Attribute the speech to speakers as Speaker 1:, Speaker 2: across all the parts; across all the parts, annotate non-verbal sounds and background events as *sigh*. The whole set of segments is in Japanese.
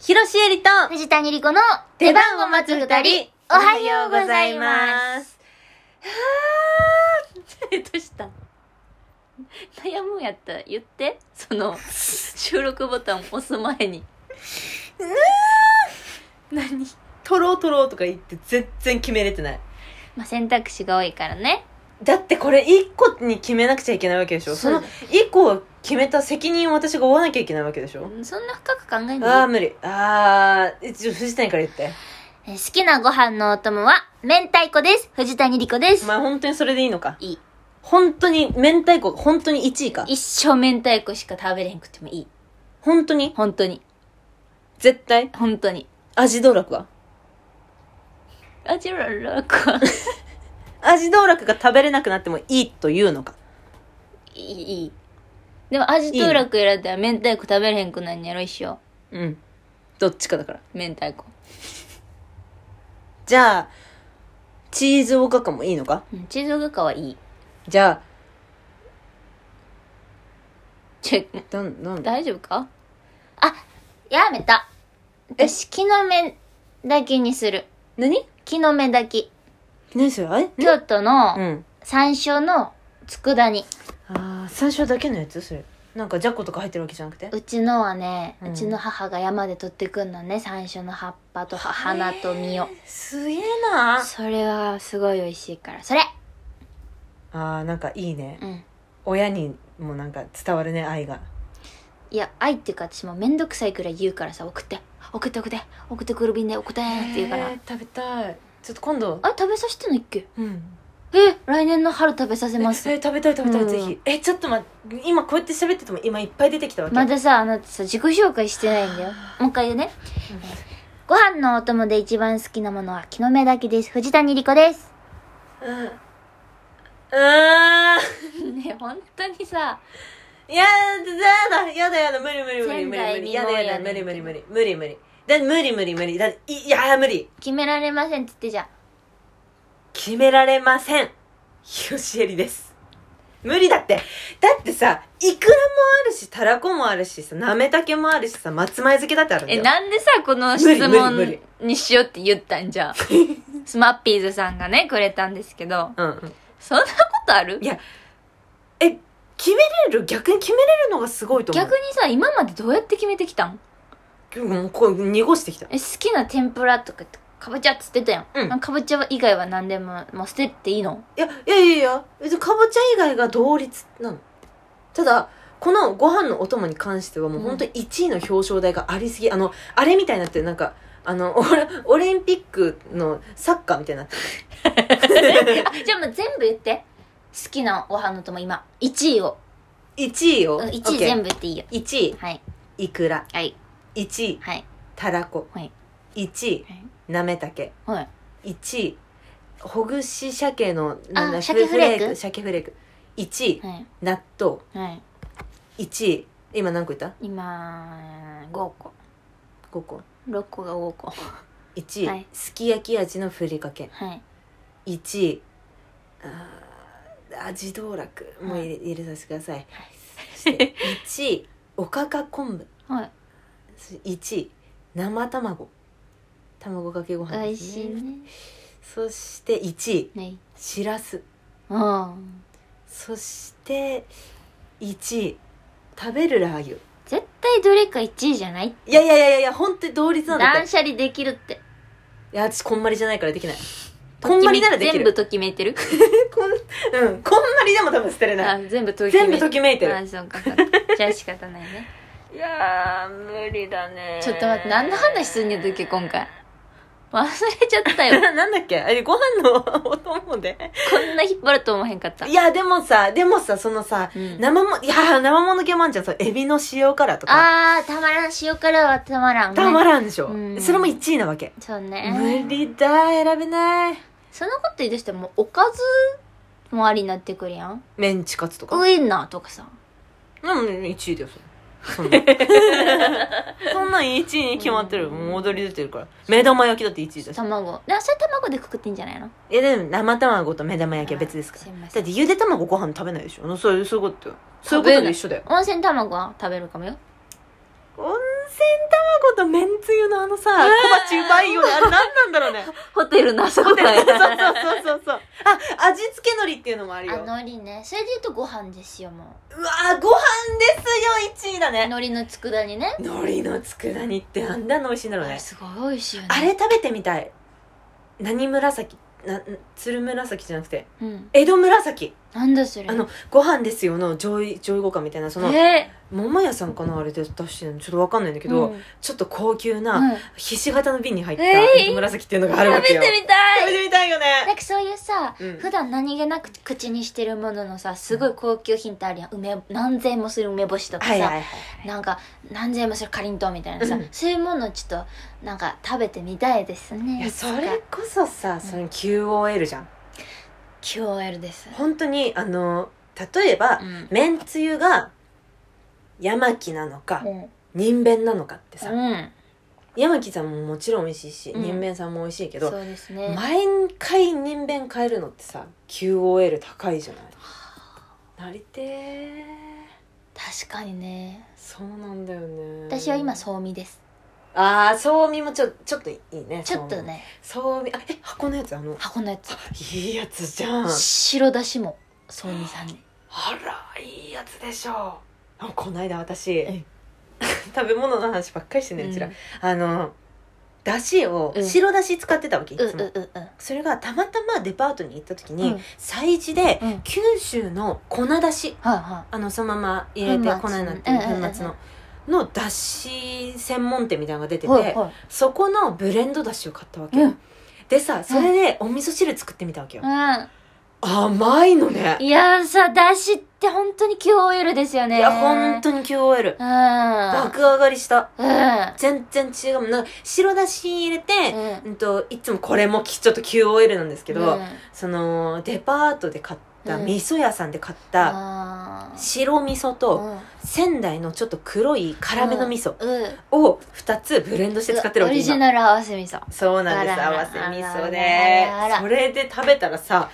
Speaker 1: ひろしえりと、
Speaker 2: 藤谷莉子の
Speaker 1: 出番を待つ二人、。
Speaker 2: おはようございます
Speaker 1: は *laughs* ぁー、どうした悩むんやったら言って、その、収録ボタン押す前に。何
Speaker 2: 取ろう取ろうとか言って全然決めれてない
Speaker 1: まあ、選択肢が多いからね。
Speaker 2: だってこれ一個に決めなくちゃいけないわけでしょそ
Speaker 1: そうだ
Speaker 2: の一個を決めた責任を私が負わなきゃいけないわけでしょ、
Speaker 1: そんな深く考え
Speaker 2: ああ
Speaker 1: ない。
Speaker 2: 無理ああちょ藤谷から言って
Speaker 1: え好きなご飯のお供は、明太子です。藤谷莉子で
Speaker 2: お
Speaker 1: す。
Speaker 2: 前本当にそれでいいのか
Speaker 1: いい。
Speaker 2: 本当に明太子が本当に1位か
Speaker 1: 一生明太子しか食べれんくてもいい。
Speaker 2: 本当に
Speaker 1: 本当に。
Speaker 2: 絶対
Speaker 1: 本当に。
Speaker 2: 味道楽は
Speaker 1: あちららか。
Speaker 2: 味道楽が食べれなくなってもいいというのか
Speaker 1: いいいいでも味と楽選んだら明太子食べれへんくなんやろ一生
Speaker 2: うんどっちかだから
Speaker 1: 明太子、
Speaker 2: じゃあチーズおかかもいいのか
Speaker 1: うん、チーズがかはいい
Speaker 2: じゃ
Speaker 1: ちょ
Speaker 2: あなんなん
Speaker 1: 大丈夫かあやめた私木の芽炊きにする
Speaker 2: 何
Speaker 1: 木の芽炊き
Speaker 2: 何それあれ
Speaker 1: 京都
Speaker 2: う
Speaker 1: の
Speaker 2: ん
Speaker 1: 山椒の佃煮
Speaker 2: ああ山椒だけのやつそれなんかじゃことか入ってるわけじゃなくて
Speaker 1: うちのはね、
Speaker 2: う
Speaker 1: うんちの母が山で取ってくんのね山椒の葉っぱとは花と実を
Speaker 2: すげえな
Speaker 1: それはすごい美味しいからそれ
Speaker 2: あーなんかいいね
Speaker 1: うん
Speaker 2: 親にもなんか伝わるね愛が
Speaker 1: いや愛っていうか私もめんどくさいくらい言うからさ送って送って送って送ってくる便で送ってって言うから、
Speaker 2: えー食べたいちょっと今度
Speaker 1: あれ食べさせてないっけ
Speaker 2: うん
Speaker 1: え来年の春食べさせ
Speaker 2: え
Speaker 1: ます
Speaker 2: えー食べたい食べたい、
Speaker 1: うん
Speaker 2: ぜひえちょっと待って今こうやって喋ってても今いっぱい出てきたわけ
Speaker 1: まださあなたさ自己紹介してないんだよもう一回言うね、
Speaker 2: うん
Speaker 1: えーご飯のお供で一番好きなものは木の芽炊きです藤谷莉子です
Speaker 2: うんうーん
Speaker 1: *laughs* ね本当にさ
Speaker 2: やだやだやだ無理無理無理無理無理やだやだ無理無理無理無理無理だ無理無理無理だいいや無理
Speaker 1: 決められませんって言ってじゃん
Speaker 2: 決められませんひよしえりです無理だってだってさいくらもあるしたらこもあるしさなめたけもあるしさ松前漬けだってあるんだよ
Speaker 1: んでさこの
Speaker 2: 質問無理無理
Speaker 1: にしようって言ったんじゃん *laughs* スマッピーズさんがねくれたんですけど
Speaker 2: うんうん
Speaker 1: そんなことある
Speaker 2: いやえ決めれる逆に決めれるのがすごいと思う
Speaker 1: 逆にさ今までどうやって決めてきたん
Speaker 2: 逆もうこう濁してきた
Speaker 1: え好きな天ぷらとかってかぼちゃっつってたやん、
Speaker 2: うん
Speaker 1: なんかかぼちゃ以外は何でももう捨ててい
Speaker 2: *laughs*
Speaker 1: いの
Speaker 2: いやいやいやいや別にかぼちゃ以外が同率なのただこのご飯のお供に関してはもう本当に1位の表彰台がありすぎ、あのあれみたいになってるなんかあのオラオリンピックのサッカーみたいになって
Speaker 1: *laughs*
Speaker 2: る
Speaker 1: あじゃあもう全部言って好きなご飯のとも今1位を
Speaker 2: 1位を
Speaker 1: 1位全部言っていいよ
Speaker 2: 1位
Speaker 1: はい
Speaker 2: いくら
Speaker 1: はい
Speaker 2: 1位
Speaker 1: はい
Speaker 2: たらこ
Speaker 1: はい
Speaker 2: 1位
Speaker 1: はい
Speaker 2: なめたけ
Speaker 1: はい
Speaker 2: 1位ほぐし鮭のんだ
Speaker 1: あ鮭フレーク
Speaker 2: 鮭フレーク1位
Speaker 1: はい、
Speaker 2: 納豆
Speaker 1: はい、
Speaker 2: 1位今何個言った
Speaker 1: 今5個
Speaker 2: ?5 個
Speaker 1: 6個が5個
Speaker 2: 1位、
Speaker 1: はい
Speaker 2: すき焼き味のふりかけ
Speaker 1: はい
Speaker 2: 1位あー味道楽もう入れ,、入れさせてくださいそして1位おかか昆布
Speaker 1: はい
Speaker 2: そして1位生卵卵かけご飯で
Speaker 1: 美味
Speaker 2: す
Speaker 1: し
Speaker 2: ね
Speaker 1: いね
Speaker 2: そして1位
Speaker 1: ね
Speaker 2: しらす
Speaker 1: うん
Speaker 2: そして1位食べるラー油
Speaker 1: 絶対どれか1位じゃない
Speaker 2: いやいやいやいや本当に同率なんだって
Speaker 1: 断捨離できるって
Speaker 2: いや私こんまりじゃないからできないこんまりならできる
Speaker 1: 全部ときめいてる
Speaker 2: こん,、うん、こんまりでも多分捨てれない
Speaker 1: あ全部ときめい
Speaker 2: 全部ときめいてる
Speaker 1: あそうかそうかじゃあ仕方ないね
Speaker 2: いやー無理だね
Speaker 1: *laughs* ちょっと待って何の話すんやったっけ今回忘れちゃったよ
Speaker 2: な *laughs* なんだっけあれご飯のお供で
Speaker 1: *laughs* こんな引っ張ると思わへんかった
Speaker 2: いやでもさでもさそのさ、
Speaker 1: うん
Speaker 2: 生もいやー生もの系もあんじゃんさエビの塩辛とか
Speaker 1: あーたまらん塩辛はたまらんね
Speaker 2: たまらんでしょ、
Speaker 1: うん
Speaker 2: それも1位なわけ、
Speaker 1: そうね
Speaker 2: 無理だ選べない
Speaker 1: そのこと言い出したらもうおかずもありになってくるやん
Speaker 2: メンチカツとか
Speaker 1: ウインナーとかさ
Speaker 2: うん1位だよそれそんな
Speaker 1: *laughs*
Speaker 2: そんなん1位に決まってるもう踊り出てるから目玉焼きだって1位だし
Speaker 1: 卵でそれ卵でくくっていいんじゃないの
Speaker 2: いやでも生卵と目玉焼きは別ですから
Speaker 1: あすいま
Speaker 2: だ
Speaker 1: せ
Speaker 2: っ
Speaker 1: ん
Speaker 2: てゆで卵ご飯食べないでしょそうそういうことよそういうことと一緒だよ
Speaker 1: 温泉卵は食べるかもよ
Speaker 2: 温泉卵とめんつゆのあのさ小鉢うまいよねあれ何なんだろうね
Speaker 3: ホテルのあそこ
Speaker 2: ホテル
Speaker 3: が
Speaker 2: *laughs* そ
Speaker 1: *laughs*
Speaker 2: うそうそうそうあ味付け海苔っていうのもあるよ
Speaker 1: あのりねそれで言うとご飯ですよもう
Speaker 2: うわーご飯ですよ1位だね
Speaker 1: のりの佃煮ね
Speaker 2: 海苔の佃煮ってあんなの美味しいんだろう
Speaker 1: あ
Speaker 2: ね
Speaker 1: れすごい美味しいよね
Speaker 2: あれ食べてみたい何紫な鶴紫じゃなくて
Speaker 1: うん
Speaker 2: 江戸紫
Speaker 1: なんだそれ
Speaker 2: あの「ご飯ですよ」の上位上位互換みたいなその
Speaker 3: え
Speaker 2: 桃屋さんかなあれで出してるのちょっとわかんないんだけど、
Speaker 1: うん
Speaker 2: ちょっと高級
Speaker 1: う
Speaker 2: なんひし形の瓶に入った
Speaker 3: えー
Speaker 2: 江戸紫っていうのがあるわ
Speaker 3: 食べ
Speaker 2: け
Speaker 3: て
Speaker 2: よ、
Speaker 3: みた
Speaker 2: 食べ
Speaker 3: い
Speaker 2: てみたいよ
Speaker 1: な
Speaker 2: ね
Speaker 1: んかそういうさ、
Speaker 2: うん
Speaker 1: 普段何気なく口にしてるもののさすごい高級品ってあるやん梅何千円もする梅干しとかさ、
Speaker 2: はいはいはい
Speaker 1: なんか何千円もするかりんとうみたいなさ、
Speaker 2: うん
Speaker 1: そういうものをちょっとなんか食べてみたいですね
Speaker 2: いや
Speaker 1: いつか
Speaker 2: それこそさその QOL じゃん
Speaker 1: QOL です
Speaker 2: 本当にあの例えば、
Speaker 1: うん
Speaker 2: めんつゆがヤマキなのか
Speaker 1: うん
Speaker 2: 人弁なのかってさ、
Speaker 1: うん
Speaker 2: ヤマキさんももちろん美味しいし、
Speaker 1: うん
Speaker 2: 人弁さんも美味しいけ
Speaker 1: そ
Speaker 2: ど
Speaker 1: うですね
Speaker 2: 毎回人弁変えるのってさ QOL 高いじゃないなりてー
Speaker 1: 確かにね
Speaker 2: そうなんだよね
Speaker 1: 私は今そうみです
Speaker 2: ああそうみもちょちょっといいね
Speaker 1: ちょっとね
Speaker 2: そうみあえ箱のやつあの
Speaker 1: 箱のやつ
Speaker 2: いいやつじゃんあ
Speaker 1: 白だしもそうみさんに
Speaker 2: らいいやつでしょあこないだ私、
Speaker 1: うん
Speaker 2: *laughs* 食べ物の話ばっかりしてんねうちら、
Speaker 1: うん
Speaker 2: あのだしを、
Speaker 1: うん
Speaker 2: 白だし使ってたわけいうつ
Speaker 1: う
Speaker 2: も、
Speaker 1: ううう
Speaker 2: それがたまたまデパートに行った時に、
Speaker 1: うん
Speaker 2: 催事で、
Speaker 1: うん
Speaker 2: 九州の粉だし
Speaker 1: はいは
Speaker 2: あのそのまま入れて
Speaker 1: 粉末
Speaker 2: 粉になってる
Speaker 1: うんうんうん
Speaker 2: 粉末の、のだし専門店みたいなのが出て
Speaker 1: い
Speaker 2: て、
Speaker 1: はいは
Speaker 2: そこのブレンドだしを買ったわけ、
Speaker 1: うん
Speaker 2: でさそれでお味噌汁作ってみたわけよ、
Speaker 1: い
Speaker 2: 甘いのね
Speaker 1: うんいやーさだしって本当に QOL ですよね
Speaker 2: いや本当に QOL 爆上がりした
Speaker 1: うんう
Speaker 2: 全然違うなんか白だし入れて、
Speaker 1: ん
Speaker 2: うん、といつもこれもきちょっと QOL なんですけど、
Speaker 1: うん
Speaker 2: そのデパートで買った、
Speaker 1: うん
Speaker 2: 味噌屋さんで買った
Speaker 1: あー
Speaker 2: 白味噌と
Speaker 1: うん
Speaker 2: 仙台のちょっと黒い辛めの味噌
Speaker 1: うん
Speaker 2: を2つブレンドして使ってる
Speaker 1: オ
Speaker 2: わけ
Speaker 1: リジ
Speaker 2: 今
Speaker 1: ナル合わせ味噌
Speaker 2: そうなんで
Speaker 1: あ
Speaker 2: す
Speaker 1: ら
Speaker 2: 合
Speaker 1: ら
Speaker 2: わせ味噌
Speaker 1: あ
Speaker 2: で
Speaker 1: ららあら
Speaker 2: それで食べたらさ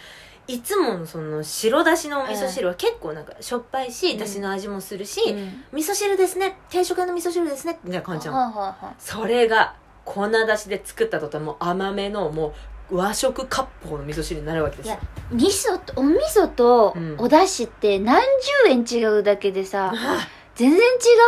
Speaker 2: いつものその白だしのお味噌汁は結構なんかしょっぱいし、
Speaker 1: うん
Speaker 2: だしの味もするし、
Speaker 1: うん
Speaker 2: 味噌汁ですね定食屋の味噌汁ですねみたいな感じなの
Speaker 1: はあはあはあ
Speaker 2: それが粉だしで作った途端もう甘めのもう和食割烹の味噌汁になるわけですよ
Speaker 1: い味噌とお味噌と
Speaker 2: うん
Speaker 1: お出汁って何十円違うだけでさ、全然違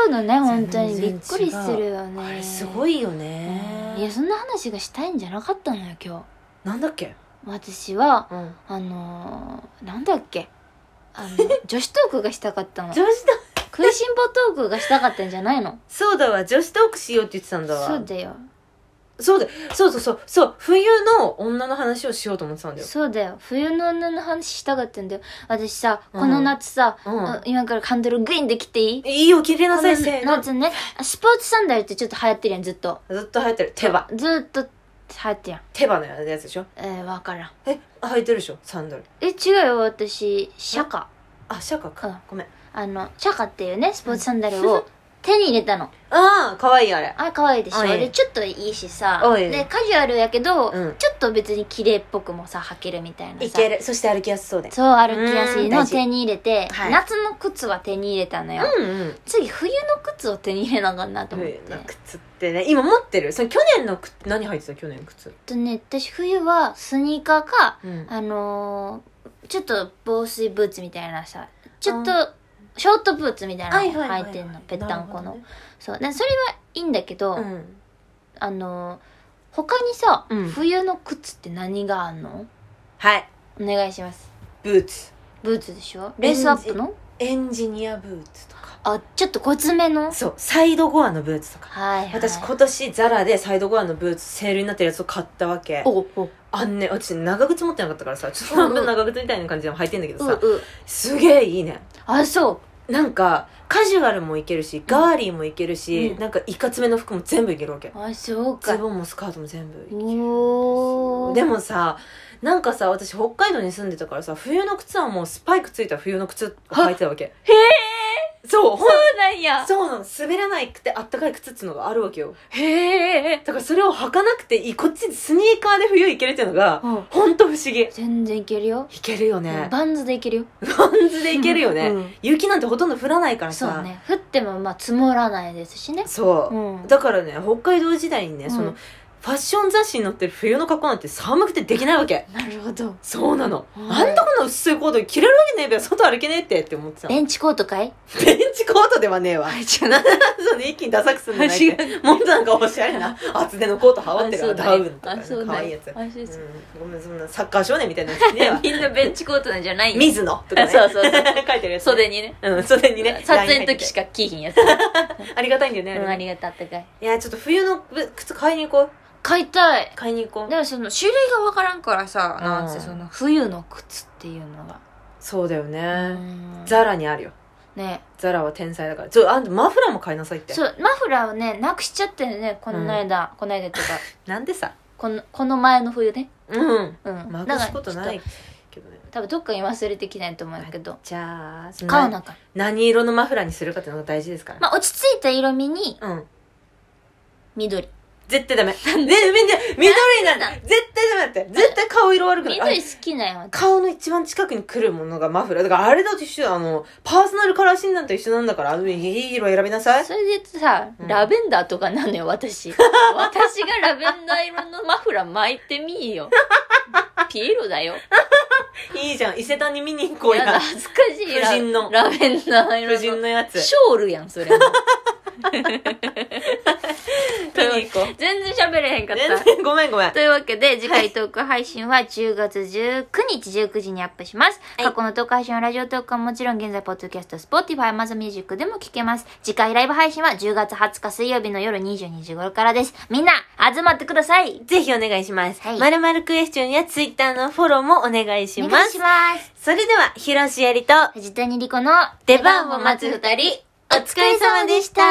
Speaker 1: うのね本当にび
Speaker 2: 全然違う
Speaker 1: っくりするよね
Speaker 2: あれすご
Speaker 1: い
Speaker 2: いよね
Speaker 1: いやそんな話がしたいんじゃなかったのよ今
Speaker 2: なんだっけ、
Speaker 1: 日私は
Speaker 2: うん、
Speaker 1: あのー、なんだっけ
Speaker 2: *laughs*
Speaker 1: あの女子トークがしたかったの
Speaker 2: 女子だ
Speaker 1: 食いしん坊トークがしたかったんじゃないの
Speaker 2: そうだわ女子トークしようって言ってたんだわ
Speaker 1: そうだよ
Speaker 2: そうだそうそうそうそう冬の女の話をしようと思ってたんだよ、
Speaker 1: そうだよ冬の女の話したかったんだよ私さ
Speaker 2: うん
Speaker 1: この夏さ、
Speaker 2: うん
Speaker 1: あ今からハンドルグインできていい
Speaker 2: いいよ切りな
Speaker 1: こ
Speaker 2: さいせー
Speaker 1: の
Speaker 2: の
Speaker 1: 夏ねスポーツサンダルってちょっと流行ってるやんずっと
Speaker 2: ずっと履いてる手羽
Speaker 1: ずーっと流行ってるやん
Speaker 2: 手羽のやつでしょ
Speaker 1: えー、分からん
Speaker 2: え履いてるでしょサンダル
Speaker 1: え違うよ私シャカ
Speaker 2: あシャカか、
Speaker 1: うん
Speaker 2: ごめん
Speaker 1: あのシャカっていうねスポーツサンダル
Speaker 2: *laughs*
Speaker 1: を手に入れたの
Speaker 2: ああかわいいあれ
Speaker 1: あ可愛いでしょ
Speaker 2: おい
Speaker 1: でちょっといいしさ
Speaker 2: おい
Speaker 1: でカジュアルやけど、
Speaker 2: うん
Speaker 1: ちょっと別に綺麗っぽくもさ履けるみたいなさ
Speaker 2: いけるそして歩きやすそうで
Speaker 1: そう歩きやす
Speaker 2: うー
Speaker 1: い
Speaker 2: ん
Speaker 1: のを
Speaker 2: 大事
Speaker 1: 手に入れて、
Speaker 2: はい
Speaker 1: 夏の靴は手に入れたのよ、
Speaker 2: うんうん
Speaker 1: 次冬の靴を手に入れなあかんなと思って
Speaker 2: 冬の靴ってね今持ってるそれ去年の靴何履いてた去年の靴
Speaker 1: えっとね私冬はスニーカーか
Speaker 2: うん
Speaker 1: あのーちょっと防水ブーツみたいなさちょっとショートブーツみたいなの履いてんのぺったんこの、そうでそれはいいんだけど、
Speaker 2: なるほどね
Speaker 1: あのー他にさ、
Speaker 2: うん
Speaker 1: 冬の靴って何があんの
Speaker 2: はい
Speaker 1: お願いします
Speaker 2: ブーツ
Speaker 1: ブーツでしょレースアップの
Speaker 2: エンジニアブーツとか
Speaker 1: あちょっと小爪のはい、
Speaker 2: そうサイドゴアのブーツとか
Speaker 1: はい、
Speaker 2: 私今年ザラでサイドゴアのブーツセールになってるやつを買ったわけ
Speaker 1: おお
Speaker 2: あんね私長靴持ってなかったからさちょっと半分長靴みたいな感じでも履いてんだけど
Speaker 1: う
Speaker 2: さ
Speaker 1: う
Speaker 2: すげえいいね
Speaker 1: あそう
Speaker 2: なんかカジュアルもいけるしガーリーもいけるし、
Speaker 1: うん
Speaker 2: なんかいかつめの服も全部いけるわけ
Speaker 1: あそうか
Speaker 2: ズボンもスカートも全部いける
Speaker 1: おー
Speaker 2: でもさなんかさ私北海道に住んでたからさ冬の靴はもうスパイクついた冬の靴を履いてたわけへえそうほん
Speaker 3: そうなんや
Speaker 2: そうなの滑らないくてあったかい靴っつうのがあるわけよ
Speaker 3: へえ
Speaker 2: だからそれを履かなくていいこっちスニーカーで冬行けるっていうのがほんと不思議
Speaker 1: 全然いけるよ、
Speaker 2: いけるよね
Speaker 1: バンズでいけるよ
Speaker 2: バンズでいけるよね、
Speaker 3: うん
Speaker 2: 雪なんてほとんど降らないからさ
Speaker 1: そうね降ってもまあ積もらないですしね
Speaker 2: そう
Speaker 1: うん
Speaker 2: だからね北海道時代にね、
Speaker 1: うん
Speaker 2: そのファッション雑誌に載ってる冬の格好なんて寒くてできないわけ
Speaker 1: なるほど
Speaker 2: そうなの、
Speaker 1: うん
Speaker 2: あんたこの薄いコート着れるわけねえべ外歩けねえってって思ってたの
Speaker 1: ベンチコートかい
Speaker 2: ベンチコートではねえわ
Speaker 3: じゃな
Speaker 2: そうね一気にダサくすんじゃない
Speaker 3: 違
Speaker 2: ってもっとなんかおしゃれ
Speaker 3: *laughs*
Speaker 2: な厚手のコート羽織ってからダウンとか、
Speaker 3: あ
Speaker 2: ね、
Speaker 3: そうだ
Speaker 2: かわ
Speaker 3: よ
Speaker 2: いいやつ、
Speaker 3: あそうそう
Speaker 2: うんごめんそんなサッカー少年みたいなやつ着
Speaker 3: *laughs*
Speaker 2: ねえわ
Speaker 3: みんなベンチコートなんじゃないんや
Speaker 2: 水野とかね
Speaker 3: そうそうそう
Speaker 2: *laughs* 書いてるやつ、
Speaker 3: 袖にね
Speaker 2: うん袖にね
Speaker 3: *laughs* 撮影の時し
Speaker 2: か
Speaker 3: か着いひんやつう
Speaker 2: ありがたいんだよね、あれ
Speaker 3: ん
Speaker 2: ね
Speaker 3: ありがたあったかい
Speaker 2: いやちょっと冬の靴買いに行こう
Speaker 1: 買いたい
Speaker 2: 買いに行こう
Speaker 1: でもその種類が分からんからさ、なん
Speaker 2: う
Speaker 1: せ
Speaker 2: ん
Speaker 1: その冬の靴っていうのが、
Speaker 2: そうだよね、
Speaker 1: うん
Speaker 2: ザラにあるよ
Speaker 1: ね
Speaker 2: ザラは天才だからちょあんたマフラーも買いなさいって
Speaker 1: そうマフラーをねなくしちゃってねこの間、この間っていうか *laughs*
Speaker 2: なんでさ
Speaker 1: このこの前の冬ね
Speaker 2: うん
Speaker 1: うん
Speaker 2: まくすこと
Speaker 1: だか
Speaker 2: な
Speaker 1: らちょ
Speaker 2: い
Speaker 1: っ
Speaker 2: けどね
Speaker 1: 多分どっかに忘れてきないと思うけど
Speaker 2: じゃあその
Speaker 1: 買うなあかん
Speaker 2: 何色のマフラーにするかっていうのが大事ですから、
Speaker 1: まあ落ち着いた色味に
Speaker 2: うん
Speaker 1: 緑
Speaker 2: 絶対ダメねみんな緑なんだ
Speaker 1: なん
Speaker 2: 絶対ダメだって絶対顔色悪くなるあ
Speaker 1: 緑好きなんよ
Speaker 2: 顔の一番近くに来るものがマフラーだからあれだと一緒だあのパーソナルカラー診断と一緒なんだからあのいい色選びなさい
Speaker 1: それでさ、
Speaker 2: うん
Speaker 3: ラベンダーとかなのよ
Speaker 2: *laughs*
Speaker 3: 私私がラベンダー色のマフラー巻いてみー
Speaker 2: *laughs*
Speaker 3: よピエロだよ
Speaker 2: いいじゃん伊勢丹に見に行こう
Speaker 3: や
Speaker 2: や
Speaker 3: だ恥ずかしいラ
Speaker 2: 夫人の
Speaker 3: ラベンダー
Speaker 2: 夫
Speaker 3: 色
Speaker 2: 人
Speaker 3: の
Speaker 2: のやつ
Speaker 3: ショールやんそれもというわ
Speaker 2: 見に行こう
Speaker 1: 全然喋れへんか
Speaker 2: 全然ごめんごめん
Speaker 1: というわけで、次回トーク配信は10月19日19時にアップします。
Speaker 2: はい
Speaker 1: 過去のトーク配信はラジオトークはもちろん現在、ポッドキャスト、スポーティファイ、マザミュージックでも聞けます。次回ライブ配信は10月20日水曜日の夜22時頃からです。みんな、集まってください
Speaker 2: ぜひお願いします。
Speaker 1: はい
Speaker 2: まるまるクエスチョンやツイッターのフォローもお願いし
Speaker 1: お
Speaker 2: ます。
Speaker 1: 願いします。
Speaker 2: それでは、ひろしえりと、
Speaker 1: 藤谷莉子の
Speaker 2: 出番を待つ二人、お疲れ様でした。